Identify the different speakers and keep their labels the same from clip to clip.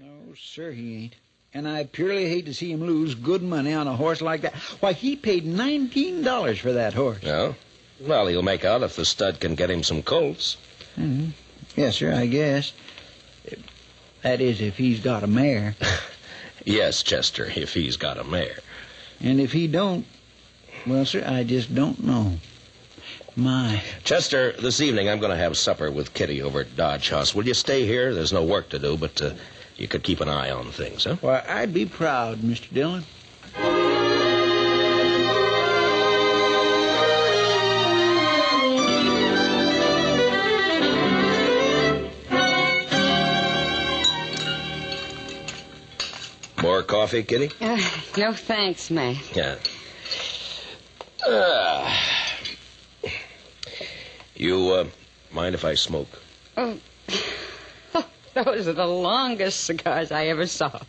Speaker 1: No, sir, he ain't. And I purely hate to see him lose good money on a horse like that. Why, he paid $19 for that horse.
Speaker 2: No? Oh? Well, he'll make out if the stud can get him some colts.
Speaker 1: hmm Yes, sir, I guess. That is, if he's got a mare.
Speaker 2: Yes, Chester, if he's got a mare.
Speaker 1: and if he don't, well, sir, I just don't know. My,
Speaker 2: Chester, this evening I'm going to have supper with Kitty over at Dodge House. Will you stay here? There's no work to do, but uh, you could keep an eye on things, huh?
Speaker 1: why, I'd be proud, Mr. Dillon.
Speaker 2: More coffee, Kitty?
Speaker 3: Uh, no thanks, Matt.
Speaker 2: Yeah. Ah. you uh, mind if I smoke?
Speaker 3: Oh, those are the longest cigars I ever saw.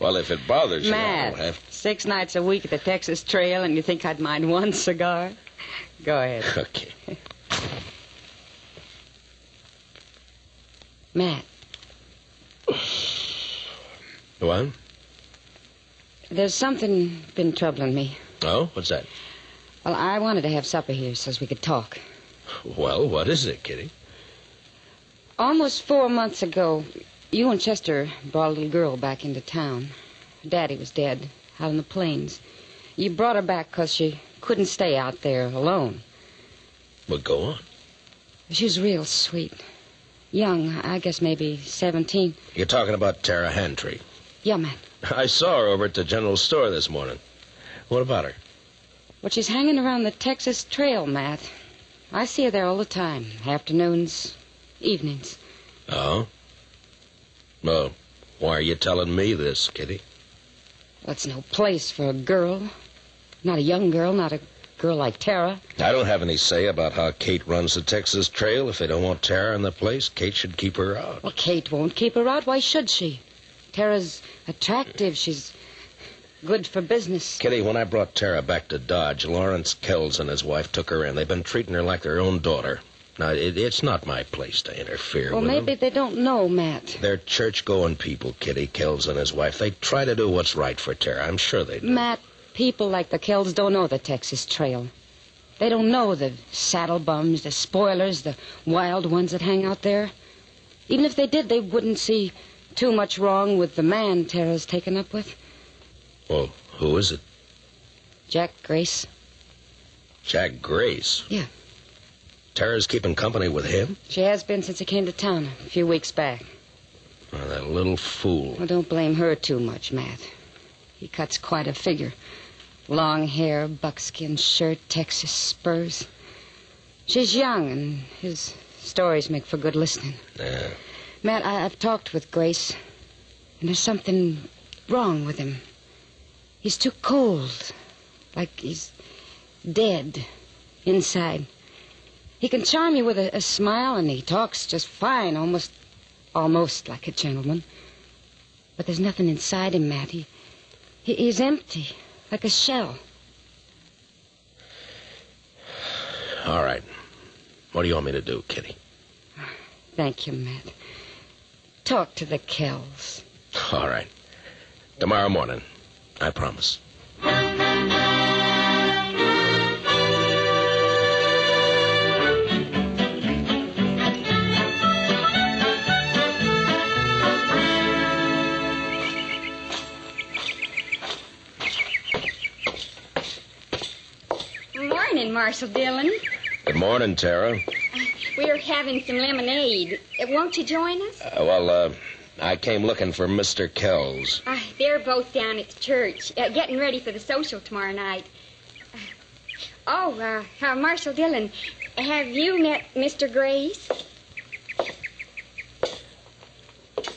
Speaker 2: well, if it bothers you, I don't
Speaker 3: Matt,
Speaker 2: have.
Speaker 3: six nights a week at the Texas Trail, and you think I'd mind one cigar? Go ahead.
Speaker 2: Okay.
Speaker 3: Matt,
Speaker 2: What?
Speaker 3: there's something been troubling me.
Speaker 2: Oh, what's that?
Speaker 3: Well, I wanted to have supper here so's we could talk.
Speaker 2: Well, what is it, Kitty?
Speaker 3: Almost four months ago, you and Chester brought a little girl back into town. Her daddy was dead out in the plains. You brought her back 'cause she couldn't stay out there alone.
Speaker 2: Well, go on.
Speaker 3: She was real sweet. Young, I guess maybe 17.
Speaker 2: You're talking about Tara Hantry.
Speaker 3: Yeah, Matt.
Speaker 2: I saw her over at the general store this morning. What about her?
Speaker 3: Well, she's hanging around the Texas Trail, Matt. I see her there all the time afternoons, evenings.
Speaker 2: Oh? Well, why are you telling me this, Kitty?
Speaker 3: That's no place for a girl. Not a young girl, not a girl like Tara.
Speaker 2: I don't have any say about how Kate runs the Texas Trail. If they don't want Tara in the place, Kate should keep her out.
Speaker 3: Well, Kate won't keep her out. Why should she? Tara's attractive. She's good for business.
Speaker 2: Kitty, when I brought Tara back to Dodge, Lawrence Kells and his wife took her in. They've been treating her like their own daughter. Now, it, it's not my place to interfere
Speaker 3: Well,
Speaker 2: with
Speaker 3: maybe
Speaker 2: them.
Speaker 3: they don't know, Matt.
Speaker 2: They're church-going people, Kitty, Kells and his wife. They try to do what's right for Tara. I'm sure they do.
Speaker 3: Matt, people like the Kells don't know the Texas Trail. They don't know the saddle bums, the spoilers, the wild ones that hang out there. Even if they did, they wouldn't see too much wrong with the man Tara's taken up with.
Speaker 2: Well, who is it?
Speaker 3: Jack Grace.
Speaker 2: Jack Grace.
Speaker 3: Yeah.
Speaker 2: Tara's keeping company with him?
Speaker 3: She has been since I came to town a few weeks back.
Speaker 2: Oh, that little fool.
Speaker 3: Well, don't blame her too much, Matt. He cuts quite a figure. Long hair, buckskin shirt, Texas spurs. She's young, and his stories make for good listening.
Speaker 2: Yeah.
Speaker 3: Matt, I, I've talked with Grace, and there's something wrong with him. He's too cold, like he's dead inside. He can charm you with a, a smile, and he talks just fine, almost, almost like a gentleman. But there's nothing inside him, Matt. He, he he's empty, like a shell.
Speaker 2: All right. What do you want me to do, Kitty?
Speaker 3: Thank you, Matt. Talk to the Kells.
Speaker 2: All right. Tomorrow morning. I promise.
Speaker 4: Morning, Marshal Dillon.
Speaker 2: Good morning, Tara.
Speaker 4: We're having some lemonade. Uh, Won't you join us?
Speaker 2: Uh, well, uh, I came looking for Mr. Kells.
Speaker 4: Uh, they're both down at the church, uh, getting ready for the social tomorrow night. Uh, oh, uh, uh, Marshal Dillon, have you met Mr. Grace?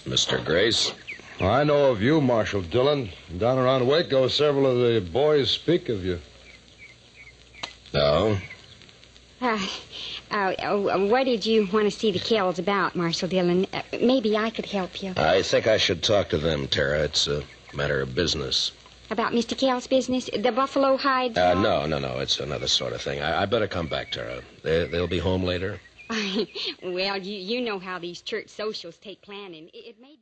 Speaker 2: Mr. Grace?
Speaker 5: Well, I know of you, Marshal Dillon. Down around Waco, several of the boys speak of you.
Speaker 2: No.
Speaker 4: Uh, uh, uh, what did you want to see the Kells about, Marshal Dillon? Uh, maybe I could help you.
Speaker 2: I think I should talk to them, Tara. It's a matter of business.
Speaker 4: About Mr. Kell's business? The buffalo hide?
Speaker 2: Uh, no, no, no. It's another sort of thing. I, I better come back, Tara. They, they'll be home later.
Speaker 4: well, you, you know how these church socials take planning. It, it may be...